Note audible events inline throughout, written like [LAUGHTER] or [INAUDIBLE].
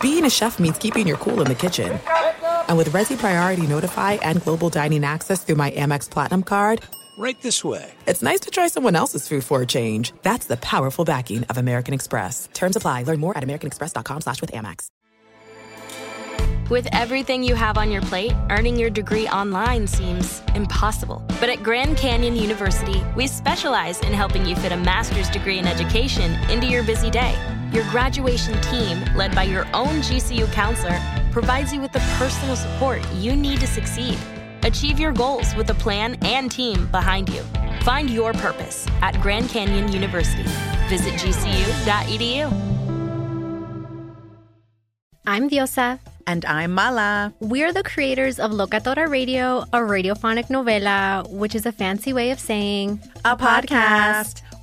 being a chef means keeping your cool in the kitchen. And with Resi Priority Notify and Global Dining Access through my Amex Platinum card, Right this way. it's nice to try someone else's food for a change. That's the powerful backing of American Express. Terms apply. Learn more at americanexpress.com slash with Amex. With everything you have on your plate, earning your degree online seems impossible. But at Grand Canyon University, we specialize in helping you fit a master's degree in education into your busy day. Your graduation team, led by your own GCU counselor, provides you with the personal support you need to succeed. Achieve your goals with a plan and team behind you. Find your purpose at Grand Canyon University. Visit gcu.edu. I'm Diosa. And I'm Mala. We're the creators of Locatora Radio, a radiophonic novela, which is a fancy way of saying A podcast.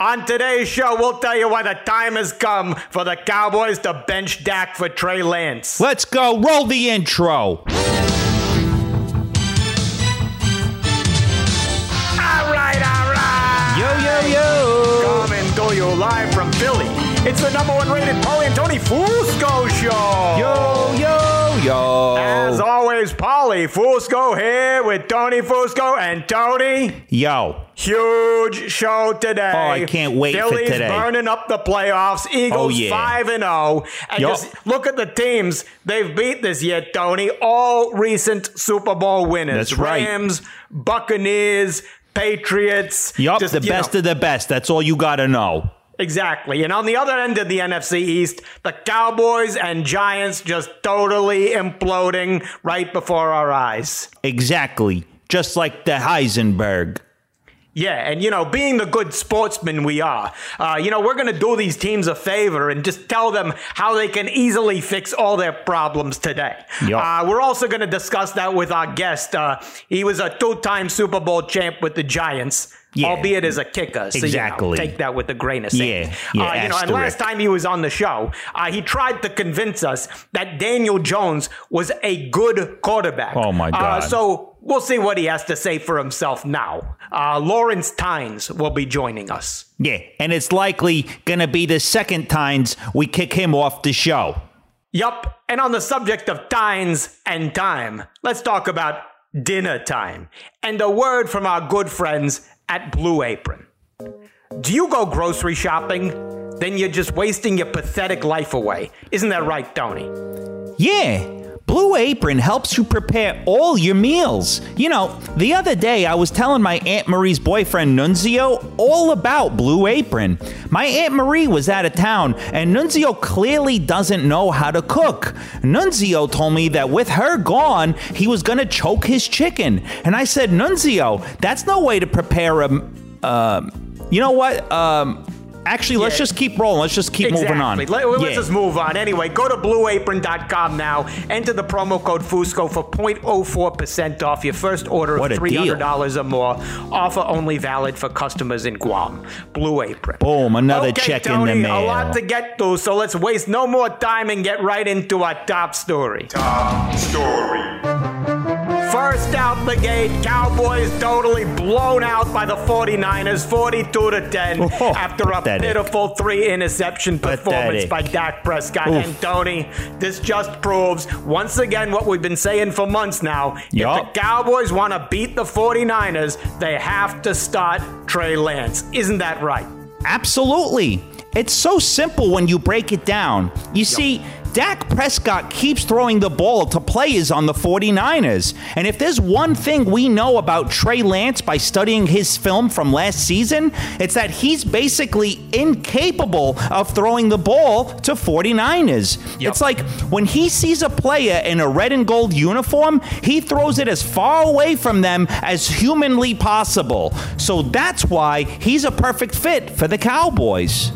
On today's show, we'll tell you why the time has come for the Cowboys to bench Dak for Trey Lance. Let's go. Roll the intro. All right, all right. Yo, yo, yo. Coming to you live from Philly. It's the number one rated Paul Antoni Fusco show. Yo, yo, As yo. always, Polly Fusco here with Tony Fusco and Tony. Yo. Huge show today. Oh, I can't wait for Phillies today. burning up the playoffs. Eagles Oh, yeah. 5 and 0. And Yup. just look at the teams they've beat this year, Tony. All recent Super Bowl winners. That's right. Rams, Buccaneers, Patriots. Yup, Just, the you know, best of the best. That's all you got to know. Exactly. And on the other end of the NFC East, the Cowboys and Giants just totally imploding right before our eyes. Exactly. Just like the Heisenberg. Yeah, and you know, being the good sportsmen we are, uh, you know, we're going to do these teams a favor and just tell them how they can easily fix all their problems today. Yup. Uh, we're also going to discuss that with our guest. Uh, he was a two-time Super Bowl champ with the Giants. Yeah. Albeit as a kicker, so you know, Exactly. take that with a grain of sand. Yeah, yeah, uh, you know, and asterisk. last time he was on the show, uh, he tried to convince us that Daniel Jones was a good quarterback. Oh, my Uh, God. so so we'll see what he has to say for himself now. Uh, Lawrence Tynes will be joining us. Yeah. And it's likely going to be the second times we kick him off the show. Yup. And on the subject of Tynes and time, let's talk about dinner time and a word from our good friends at Blue Apron. Do you go grocery shopping? Then you're just wasting your pathetic life away. Isn't that right, Tony? Yeah. Blue Apron helps you prepare all your meals. You know, the other day I was telling my Aunt Marie's boyfriend Nunzio all about Blue Apron. My Aunt Marie was out of town and Nunzio clearly doesn't know how to cook. Nunzio told me that with her gone, he was going to choke his chicken. And I said, "Nunzio, that's no way to prepare a um, you know what? Um Actually, let's Yeah. just keep rolling. Let's just keep moving on. Let, us Yeah. just move on. Anyway, go to blueapron.com now. Enter the promo code FUSCO for 0.04% off your first order What a of deal. $300 or more. Offer only valid for customers in Guam. Blue Apron. Boom, another okay, check Tony, in the mail. A lot to get to, so let's waste no more time and get right into our top story. First out the gate, Cowboys totally blown out by the 49ers, 42 to 10, Oh, after a pathetic. pitiful three interception performance Pathetic. by Dak Prescott. Oof. And Tony, this just proves once again what we've been saying for months now. If Yup. the Cowboys want to beat the 49ers, they have to start Trey Lance. Isn't that right? Absolutely. It's so simple when you break it down. You see, Dak Prescott keeps throwing the ball to players on the 49ers. And if there's one thing we know about Trey Lance by studying his film from last season, it's that he's basically incapable of throwing the ball to 49ers. Yep. It's like when he sees a player in a red and gold uniform, he throws it as far away from them as humanly possible. So that's why he's a perfect fit for the Cowboys.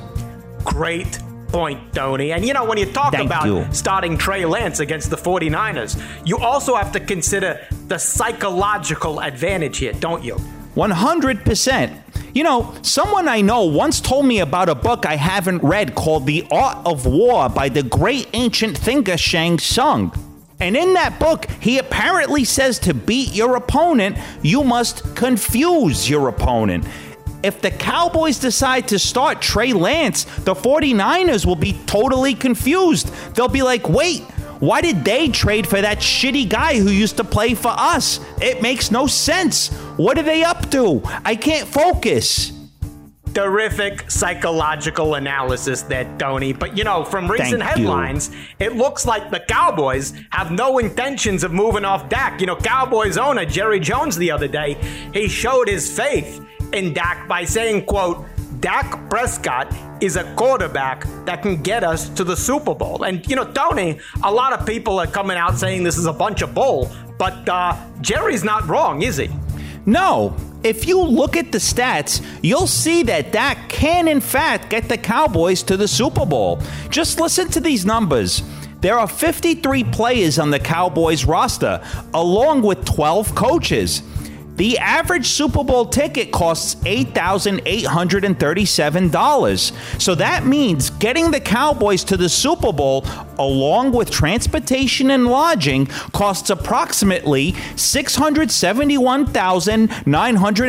Great point, Tony. And you know, when you talk Thank about you. starting Trey Lance against the 49ers, you also have to consider the psychological advantage here, don't you? 100%. You know, someone I know once told me about a book I haven't read called The Art of War by the great ancient thinker Shang Tsung. And in that book, he apparently says to beat your opponent, you must confuse your opponent. If the Cowboys decide to start Trey Lance, the 49ers will be totally confused. They'll be like, wait, why did they trade for that shitty guy who used to play for us? It makes no sense. What are they up to? I can't focus. terrific psychological analysis there, Tony. But you know, from recent Thank you. headlines, it looks like the Cowboys have no intentions of moving off Dak. You know, Cowboys owner Jerry Jones the other day, he showed his faith in Dak by saying, quote, Dak Prescott is a quarterback that can get us to the Super Bowl. And, you know, Tony, a lot of people are coming out saying this is a bunch of bull, but uh, Jerry's not wrong, is he? No. If you look at the stats, you'll see that Dak can, in fact, get the Cowboys to the Super Bowl. Just listen to these numbers. There are 53 players on the Cowboys roster, along with 12 coaches. The average Super Bowl ticket costs $8,837. So that means getting the Cowboys to the Super Bowl, along with transportation and lodging, costs approximately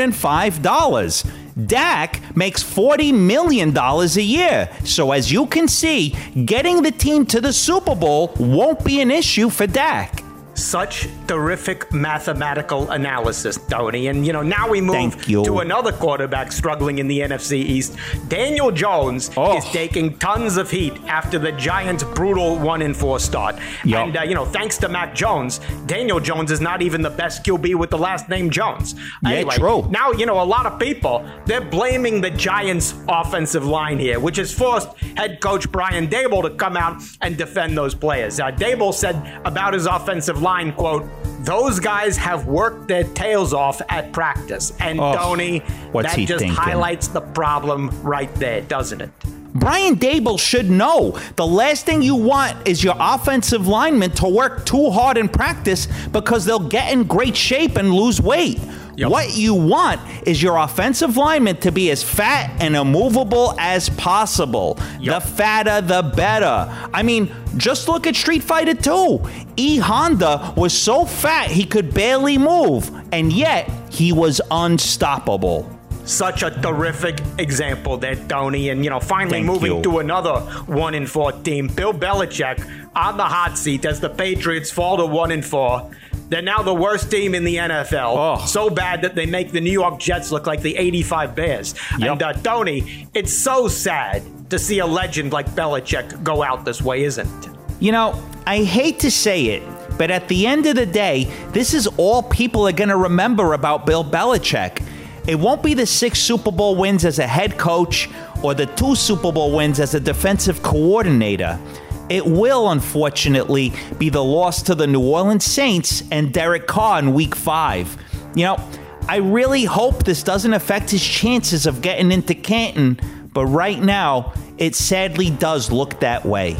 $671,905. Dak makes $40 million a year. So, as you can see, getting the team to the Super Bowl won't be an issue for Dak. such terrific mathematical analysis, Tony. And you know, now we move Thank you. to another quarterback struggling in the NFC East. Daniel Jones Oh. is taking tons of heat after the Giants' brutal one and four start. Yup. And uh, you know, thanks to Mac Jones, Daniel Jones is not even the best QB with the last name Jones. Yeah, true. Now you know a lot of people they're blaming the Giants' offensive line here, which has forced head coach Brian Dable to come out and defend those players. Uh, Dable said about his offensive line, "quote Those guys have worked their tails off at practice." And Oh, Tony, what's that he just thinking? highlights the problem right there, doesn't it? Brian Dable should know the last thing you want is your offensive lineman to work too hard in practice because they'll get in great shape and lose weight. What you want is your offensive lineman to be as fat and immovable as possible. The fatter, the better. I mean, just look at Street Fighter 2. E Honda was so fat he could barely move, and yet he was unstoppable. such a terrific example there, Tony. And you know, finally Thank moving you. to another one in four team, Bill Belichick on the hot seat as the Patriots fall to one and four. They're now the worst team in the NFL. Oh. So bad that they make the New York Jets look like the 85 Bears. Yep. And uh, Tony, it's so sad to see a legend like Belichick go out this way, isn't it? You know, I hate to say it, but at the end of the day, this is all people are going to remember about Bill Belichick. It won't be the six Super Bowl wins as a head coach or the two Super Bowl wins as a defensive coordinator. It will, unfortunately, be the loss to the New Orleans Saints and Derek Carr in week five. You know, I really hope this doesn't affect his chances of getting into Canton, but right now, it sadly does look that way.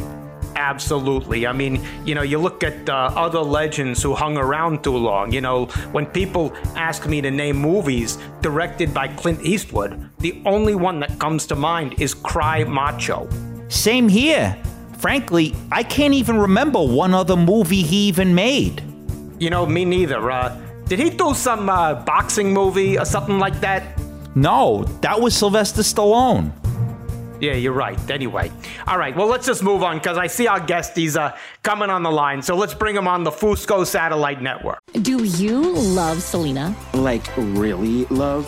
Absolutely. I mean, you know, you look at uh, other legends who hung around too long. You know, when people ask me to name movies directed by Clint Eastwood, the only one that comes to mind is Cry Macho. Same here. Frankly, I can't even remember one other movie he even made. You know, me neither. Uh, did he do some uh, boxing movie or something like that? No, that was Sylvester Stallone. Yeah, you're right. Anyway, all right. Well, let's just move on because I see our guest. He's uh, coming on the line, so let's bring him on the Fusco Satellite Network. Do you love Selena? Like, really, love?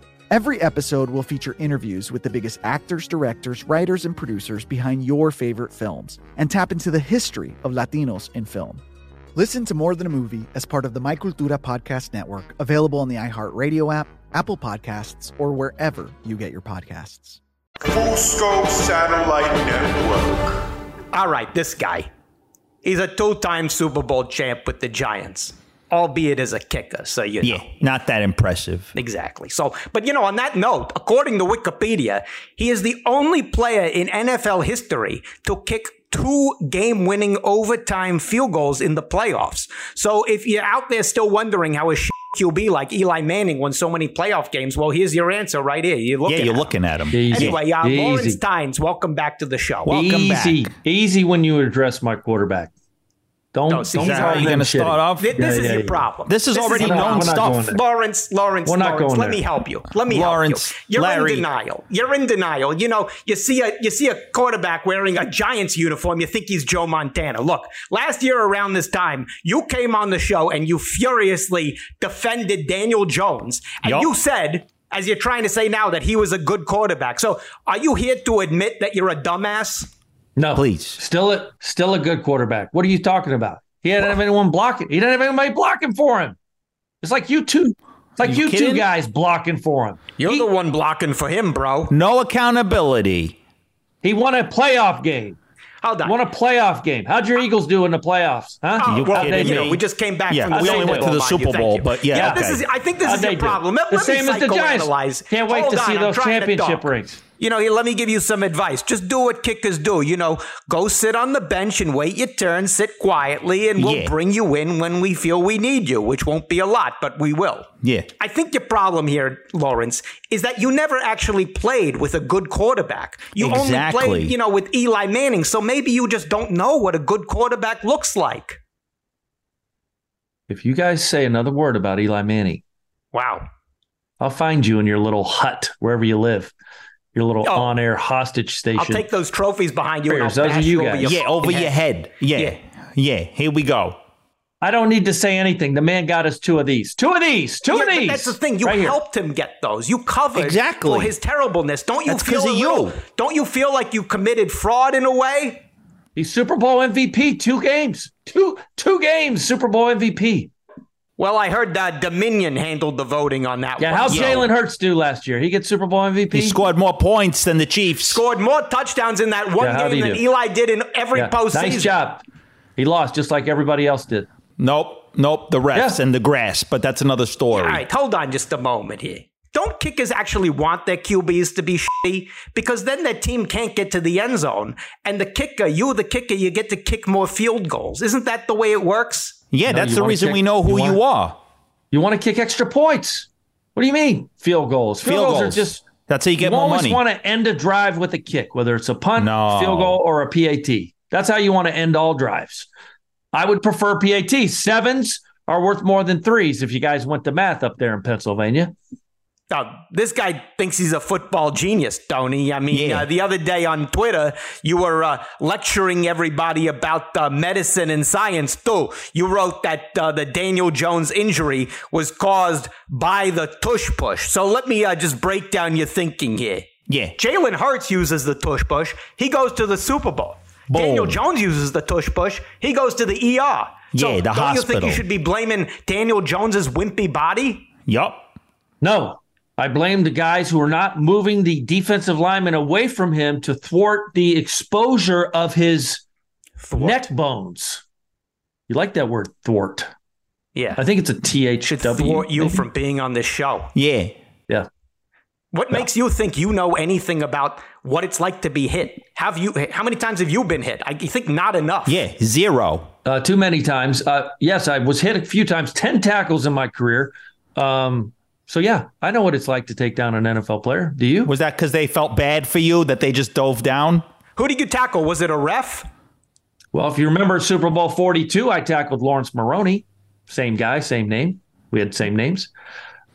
Every episode will feature interviews with the biggest actors, directors, writers, and producers behind your favorite films and tap into the history of Latinos in film. Listen to More Than a Movie as part of the My Cultura Podcast Network, available on the iHeartRadio app, Apple Podcasts, or wherever you get your podcasts. Full Scope Satellite Network. All right, this guy. He's a two time Super Bowl champ with the Giants, albeit as a kicker. So, you Yeah, know. not that impressive. Exactly. So, but you know, on that note, according to Wikipedia, he is the only player in NFL history to kick two game winning overtime field goals in the playoffs. So if you're out there still wondering how a [LAUGHS] shit QB like Eli Manning won so many playoff games, well, here's your answer right here. You're looking yeah, you're at him. looking at him. Easy. Yeah. Anyway, uh, Easy. Lawrence Tynes, welcome back to the show. Welcome easy, back. easy when you address my quarterback. Don't, No, see, don't he's Is that how call you're them going to shitty. start off? Th- This Yeah, is yeah, your yeah. problem. This is already your known problem. stuff. We're not going there. Lawrence, Lawrence, We're not Lawrence. going Let there. me help you. Let me Lawrence, help you. You're Larry. in denial. You're in denial. You know, you see a you see a quarterback wearing a Giants uniform. You think he's Joe Montana. Look, last year around this time, you came on the show and you furiously defended Daniel Jones, and Yup. you said. As you're trying to say now that he was a good quarterback. So, are you here to admit that you're a dumbass? No, Please. Still a still a good quarterback. What are you talking about? He didn't have anyone blocking. He didn't have anybody blocking for him. It's like you two, it's like You you, kidding? two guys blocking for him. You're he, the one blocking for him, bro. No accountability. he won a playoff game. Hold on. Won a playoff game. How'd your Eagles do in the playoffs? Huh? Oh, You well, kidding you know, me? we just came back Yeah, from the we Super only went to Bowl, the mind Super you. Thank Bowl, you. but yeah, this okay. is, I think this How'd is your they do? problem. Let, the let same me as the Giants. psychoanalyze. Can't wait Hold to on, see I'm those trying to championship talk. rings. You know, here, let me give you some advice. Just do what kickers do. You know, go sit on the bench and wait your turn, sit quietly, and we'll Yeah. bring you in when we feel we need you, which won't be a lot, but we will. Yeah. I think your problem here, Lawrence, is that you never actually played with a good quarterback. You Exactly. only played, you know, with Eli Manning. So maybe you just don't know what a good quarterback looks like. If you guys say another word about Eli Manning, Wow. I'll find you in your little hut wherever you live, your little Oh. on-air hostage station. I'll take those trophies behind you Bears, and I'll those bash are you you over guys. your Yeah, over fucking your head. Yeah. Yeah. yeah. Here we go. I don't need to say anything. The man got us two of these, two of these, two Yeah, of but these. that's the thing. You Right here. helped him get those. You covered Exactly. for his terribleness. Don't you That's 'cause feel a of you. little- Don't you feel like you committed fraud in a way? He's Super Bowl MVP, two games, two two games, Super Bowl MVP. Well, I heard uh, Dominion handled the voting on that Yeah, one. how'd so- Jalen Hurts do last year? He gets Super Bowl MVP. He scored more points than the Chiefs. Scored more touchdowns in that one Yeah, how'd game he than do? Eli did in every Yeah, postseason. Nice job. He lost just like everybody else did. Nope, nope. The refs and the grass, but that's another story. All right, hold on just a moment here. Don't kickers actually want their QBs to be shitty? Because then their team can't get to the end zone. And the kicker, you the kicker, you get to kick more field goals. Isn't that the way it works? Yeah, No, that's you the wanna reason kick- we know who you, you are. You want to kick extra points. What do you mean? Field goals. Field, Field goals, goals. are just. That's how you get more always money. want to end a drive with a kick, whether it's a punt, No. field goal, or a PAT. That's how you want to end all drives. I would prefer PAT. Sevens are worth more than threes if you guys went to math up there in Pennsylvania. Now, this guy thinks he's a football genius, Tony. I mean, uh, the other day on Twitter, you were uh, lecturing everybody about uh, medicine and science, too. You wrote that uh, the Daniel Jones injury was caused by the tush push. So let me uh, just break down your thinking here. Yeah. Jalen Hurts uses the tush push, he goes to the Super Bowl. Daniel Jones uses the tush push, he goes to the ER. so Yeah, the don't you think hospital. you should be blaming Daniel Jones's wimpy body? Yup. No, I blame the guys who are not moving the defensive lineman away from him to thwart the exposure of his neck bones. You like that word, thwart? Yeah. I think it's a THW. thwart you maybe? from being on this show. Yeah. Yeah. What makes you think you know anything about what it's like to be hit? Have you? How many times have you been hit? I you think not enough. Yeah, zero. Uh, too many times. Uh, yes, I was hit a few times, 10 tackles in my career. Um, so, yeah, I know what it's like to take down an NFL player. Do you? Was that because they felt bad for you that they just dove down? Who did you tackle? Was it a ref? Well, if you remember Super Bowl 42, I tackled Lawrence Maroney. Same guy, same name. We had same names.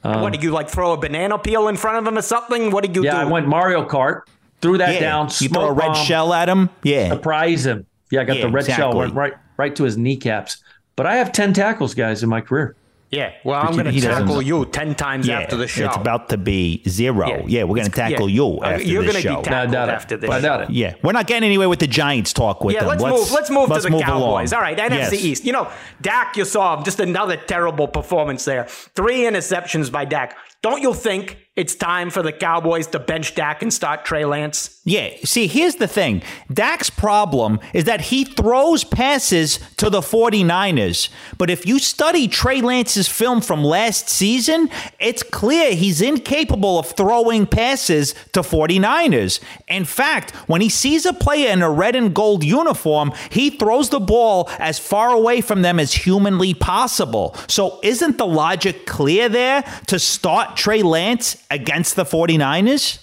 Um, what did you like? Throw a banana peel in front of him or something? What did you yeah, do? I went Mario Kart, threw that Yeah, down. you smoke throw a red bomb, shell at him. Yeah, surprise him. Yeah, I got Yeah, the red shell exactly. went right right to his kneecaps. But I have 10 tackles, guys, in my career. yeah. Well, But I'm he- going he to doesn't- tackle you ten times Yeah, after the show. It's about to be zero. Yeah, we're going to tackle yeah. you Uh, after you're this gonna be show. tackled I doubt it. after this I doubt show. it. Yeah, we're not getting anywhere with the Giants talk with yeah, them. let's, move. Let's move let's to the Cowboys. along. All right, NFC Yes. East. You know, Dak, you saw him, just another terrible performance there. Three interceptions by Dak. Don't you think it's time for the Cowboys to bench Dak and start Trey Lance? Yeah. See, here's the thing. Dak's problem is that he throws passes to the 49ers. But if you study Trey Lance's film from last season, it's clear he's incapable of throwing passes to 49ers. In fact, when he sees a player in a red and gold uniform, he throws the ball as far away from them as humanly possible. So isn't the logic clear there to start Trey Lance against the 49ers?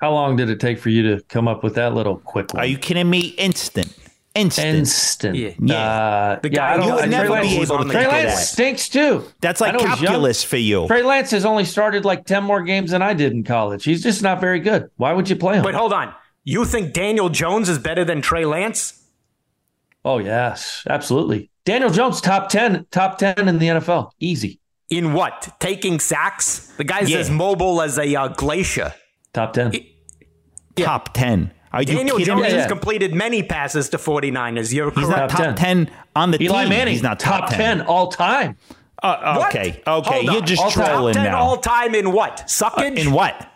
How long did it take for you to come up with that little quick one? Are you kidding me? Instant. Instant. Instant. Yeah. Uh, The yeah, guy I don't- you would Trey never Lance be was- able to Trey think of Lance that. stinks too. That's like I know he's young. calculus for you. Trey Lance has only started like 10 more games than I did in college. He's just not very good. Why would you play him? But hold on. You think Daniel Jones is better than Trey Lance? oh, yes. Absolutely. Daniel Jones, top 10, top 10 in the NFL. Easy. In what? Taking sacks? The guy's Yeah. as mobile as a uh, glacier. Top 10. Top 10. Are you Daniel kidding Jones me? has completed many passes to 49ers. You're He's not correct. top, 10. on the Eli team. Manning, He's not top, top 10 all time. Uh, What? okay. Okay. Hold You're on. just All time- trolling top 10 now. Uh, all time in what? Suckage? in what?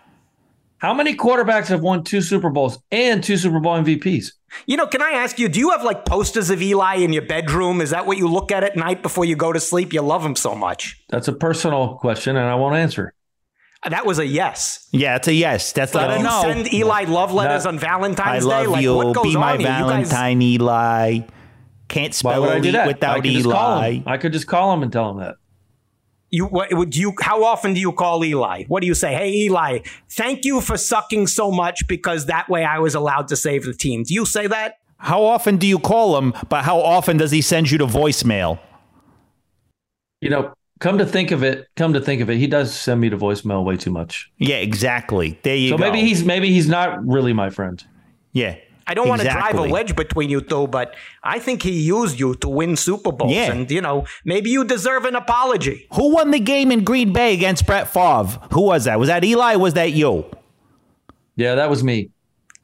How many quarterbacks have won two Super Bowls and two Super Bowl MVPs? You know, can I ask you, do you have like posters of Eli in your bedroom? Is that what you look at at night before you go to sleep? You love him so much. That's a personal question, and I won't answer. Uh, That was a yes. Yeah, it's a yes. That's So not do a you no. send Eli love letters No. on I Valentine's Day? love Like, you. what goes Be on my here? Valentine, Eli. Can't Why spell would I do elite that? I without could just call Eli. him. I could just call him and tell him that. You, guys, you what, would you? How often do you call Eli? What do you say? Hey, Eli, thank you for sucking so much because that way I was allowed to save the team. Do you say that? How often do you call him? But how often does he send you to voicemail? You know, come to think of it, come to think of it, he does send me to voicemail way too much. Yeah, exactly. There you So go. maybe he's maybe he's not really my friend. Yeah. I don't want to drive Exactly. a wedge between you two, but I think he used you to win Super Bowls, Yeah. and you know maybe you deserve an apology. Who won the game in Green Bay against Brett Favre? Who was that? Was that Eli? Was that you? Yeah, that was me.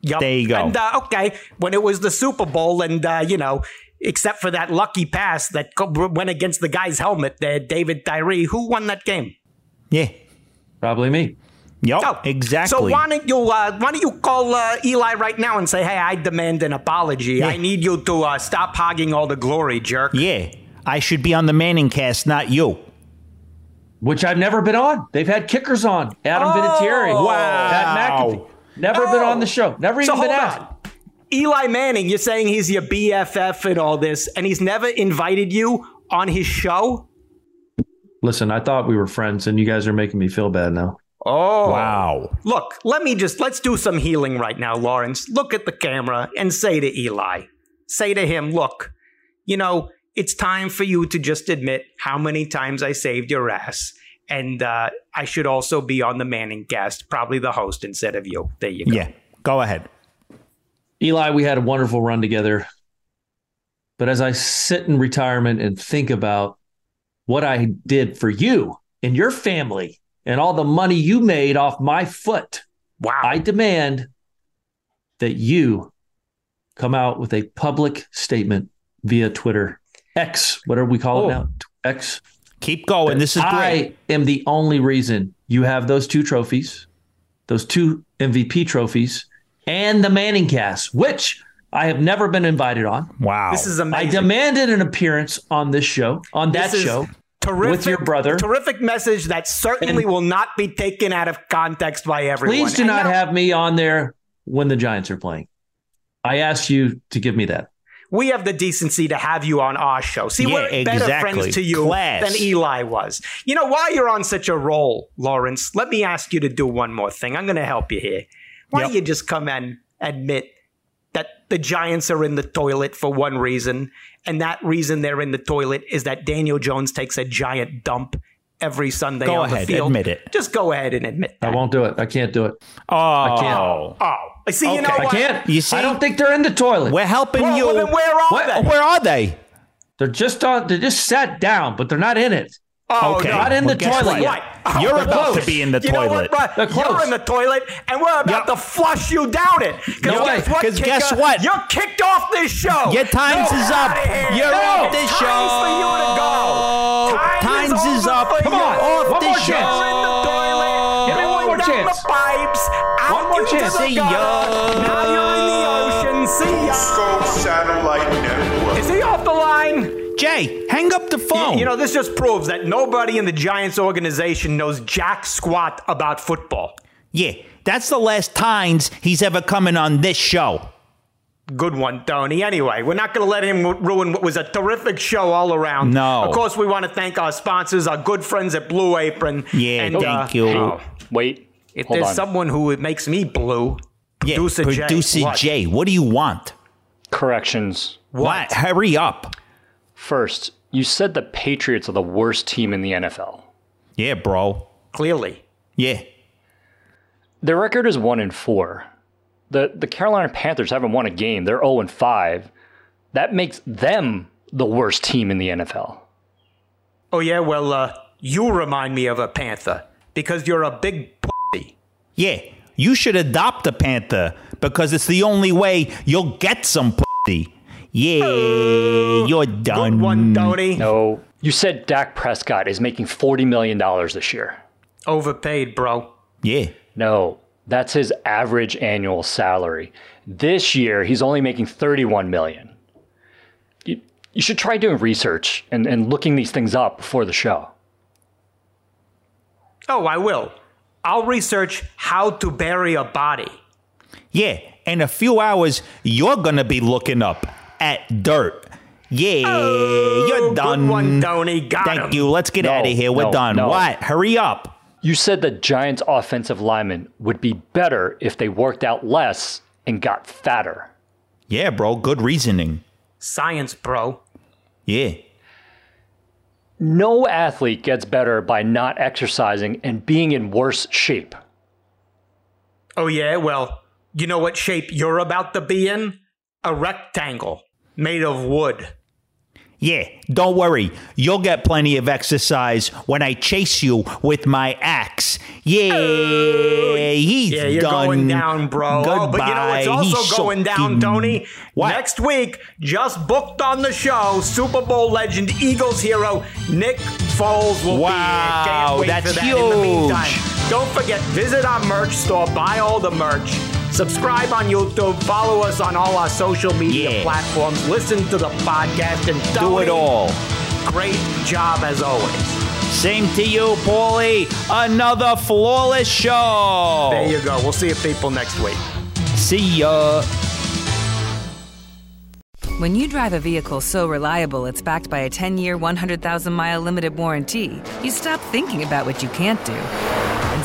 Yep. There you go. And uh, okay, when it was the Super Bowl, and uh, you know, except for that lucky pass that co- went against the guy's helmet, uh, David Tyree. Who won that game? Oh, Yeah. Probably me. Yep. exactly. So why don't you uh, why don't you call uh, Eli right now and say, "Hey, I demand an apology. I need you to uh, stop hogging all the glory, jerk." Yeah, I should be on the Manning cast, not you. Which I've never been on. They've had kickers on. Adam Vinatieri. Oh. wow. Oh. Pat McAfee. Never been on the show. Never So even been hold asked. on. Eli Manning, you're saying he's your BFF and all this, and he's never invited you on his show? Listen, I thought we were friends, and you guys are making me feel bad now. Oh. Wow. Look, let me just let's do some healing right now, Lawrence. Look at the camera and say to Eli, say to him, look, you know, it's time for you to just admit how many times I saved your ass. And uh, I should also be on the Manning cast, probably the host instead of you. There you go. Yeah. Go ahead. Eli, we had a wonderful run together. But as I sit in retirement and think about what I did for you and your family and all the money you made off my foot, wow. I demand that you come out with a public statement via Twitter, X, whatever we call Oh. it now, t- X. Keep going. This is I am the only reason you have those two trophies, those two MVP trophies, and the Manning cast, which I have never been invited on. Wow. This is amazing. I demanded an appearance on this show, on that This is show, terrific, with your brother. Terrific message that certainly And- will not be taken out of context by everyone. Please do And not no- have me on there when the Giants are playing. I asked you to give me that. we have the decency to have you on our show. See, Yeah, we're better exactly. friends to you Class. than Eli was. You know, while you're on such a roll, Lawrence, let me ask you to do one more thing. I'm going to help you here. Why don't you just come and admit that the Giants are in the toilet for one reason, and that reason they're in the toilet is that Daniel Jones takes a giant dump every Sunday Go on ahead, the field. admit it. Just go ahead and admit. I won't do it. I can't do it. Oh, I can't. I see. You know I what? can't. You see, I don't think they're in the toilet. We're helping Well, you. well, then where are What- they? Where are they? They're just on. They just sat down, but they're not in it. Oh, Okay. no. Not in the Well, guess toilet what? yet. What? You're They're about close. to be in the you know toilet. what, Ryan? They're You're close. in the toilet, and we're about to flush you down it. No way. 'Cause guess kicker? what? You're kicked off this show. Your times No, is get up. outta here. You're no, off this time's show. for you to go. Time Times is over up. for Come you. on. Off One this more show. chance. You're in the toilet. Give me one more Down chance. The pipes. Out One more into chance. The See gutter. ya. Now you're in the ocean. See ya. Is he off the line? Jay, hang up the phone. You, you know, this just proves that nobody in the Giants organization knows jack squat about football. yeah, that's the last times he's ever coming on this show. Good one, Tony. Anyway, we're not going to let him w- ruin what was a terrific show all around. No. Of course, we want to thank our sponsors, our good friends at Blue Apron. Yeah, thank you. oh, Wait. if Hold there's on. someone who makes me blue, producer, yeah, Jay, producer what? Jay, what do you want? Corrections. What? Hurry up. First, you said the Patriots are the worst team in the NFL. Yeah, bro. Clearly. Yeah. Their record is one and four. The the Carolina Panthers haven't won a game. They're 0 and 5. That makes them the worst team in the NFL. Oh, yeah, well, uh, you remind me of a Panther because you're a big pussy. Yeah, you should adopt a panther because it's the only way you'll get some pussy. Yeah, you're done. one, Tony. No. You said Dak Prescott is making $40 million this year. Overpaid, bro. Yeah. No, that's his average annual salary. This year, he's only making 31 million. You, you should try doing research and, and looking these things up before the show. Oh, I will. I'll research how to bury a body. Yeah, in a few hours, you're going to be looking up at dirt. Yeah, you're done. Oh, one, Tony. Got Thank him. you. Let's get No, out of here. We're no, done. no. What? Hurry up. You said the Giants' offensive linemen would be better if they worked out less and got fatter. Yeah, bro. Good reasoning. Science, bro. Yeah. No athlete gets better by not exercising and being in worse shape. Oh, yeah, well, you know what shape you're about to be in? A rectangle made of wood. Yeah, don't worry. You'll get plenty of exercise when I chase you with my axe. Yeah, he's Oh, yeah, you're done. going down, bro. Oh, but you know Goodbye. what's also He's going down, soaking. Tony? Next week, just booked on the show, Super Bowl legend, Eagles hero, Nick Foles will be here. Can't Wow, wait that's for that. In the meantime, huge. don't forget, visit our merch store, buy all the merch. Subscribe on YouTube, follow us on all our social media platforms, listen to the podcast, and Do it Tony, all. Great job as always. Same to you, Paulie. Another flawless show. There you go. We'll see you people next week. See ya. When you drive a vehicle so reliable it's backed by a 10 year, 100,000 mile limited warranty, you stop thinking about what you can't do and